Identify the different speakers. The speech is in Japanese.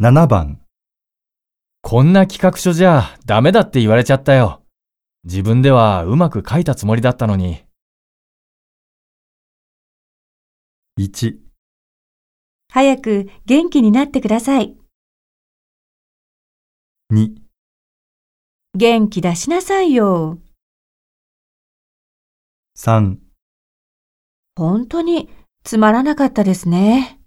Speaker 1: 7番、
Speaker 2: こんな企画書じゃダメだって言われちゃったよ。自分ではうまく書いたつもりだったのに。
Speaker 1: 1、
Speaker 3: 早く元気になってください。
Speaker 1: 2、
Speaker 3: 元気出しなさいよ。
Speaker 1: 3
Speaker 3: 本当につまらなかったですね。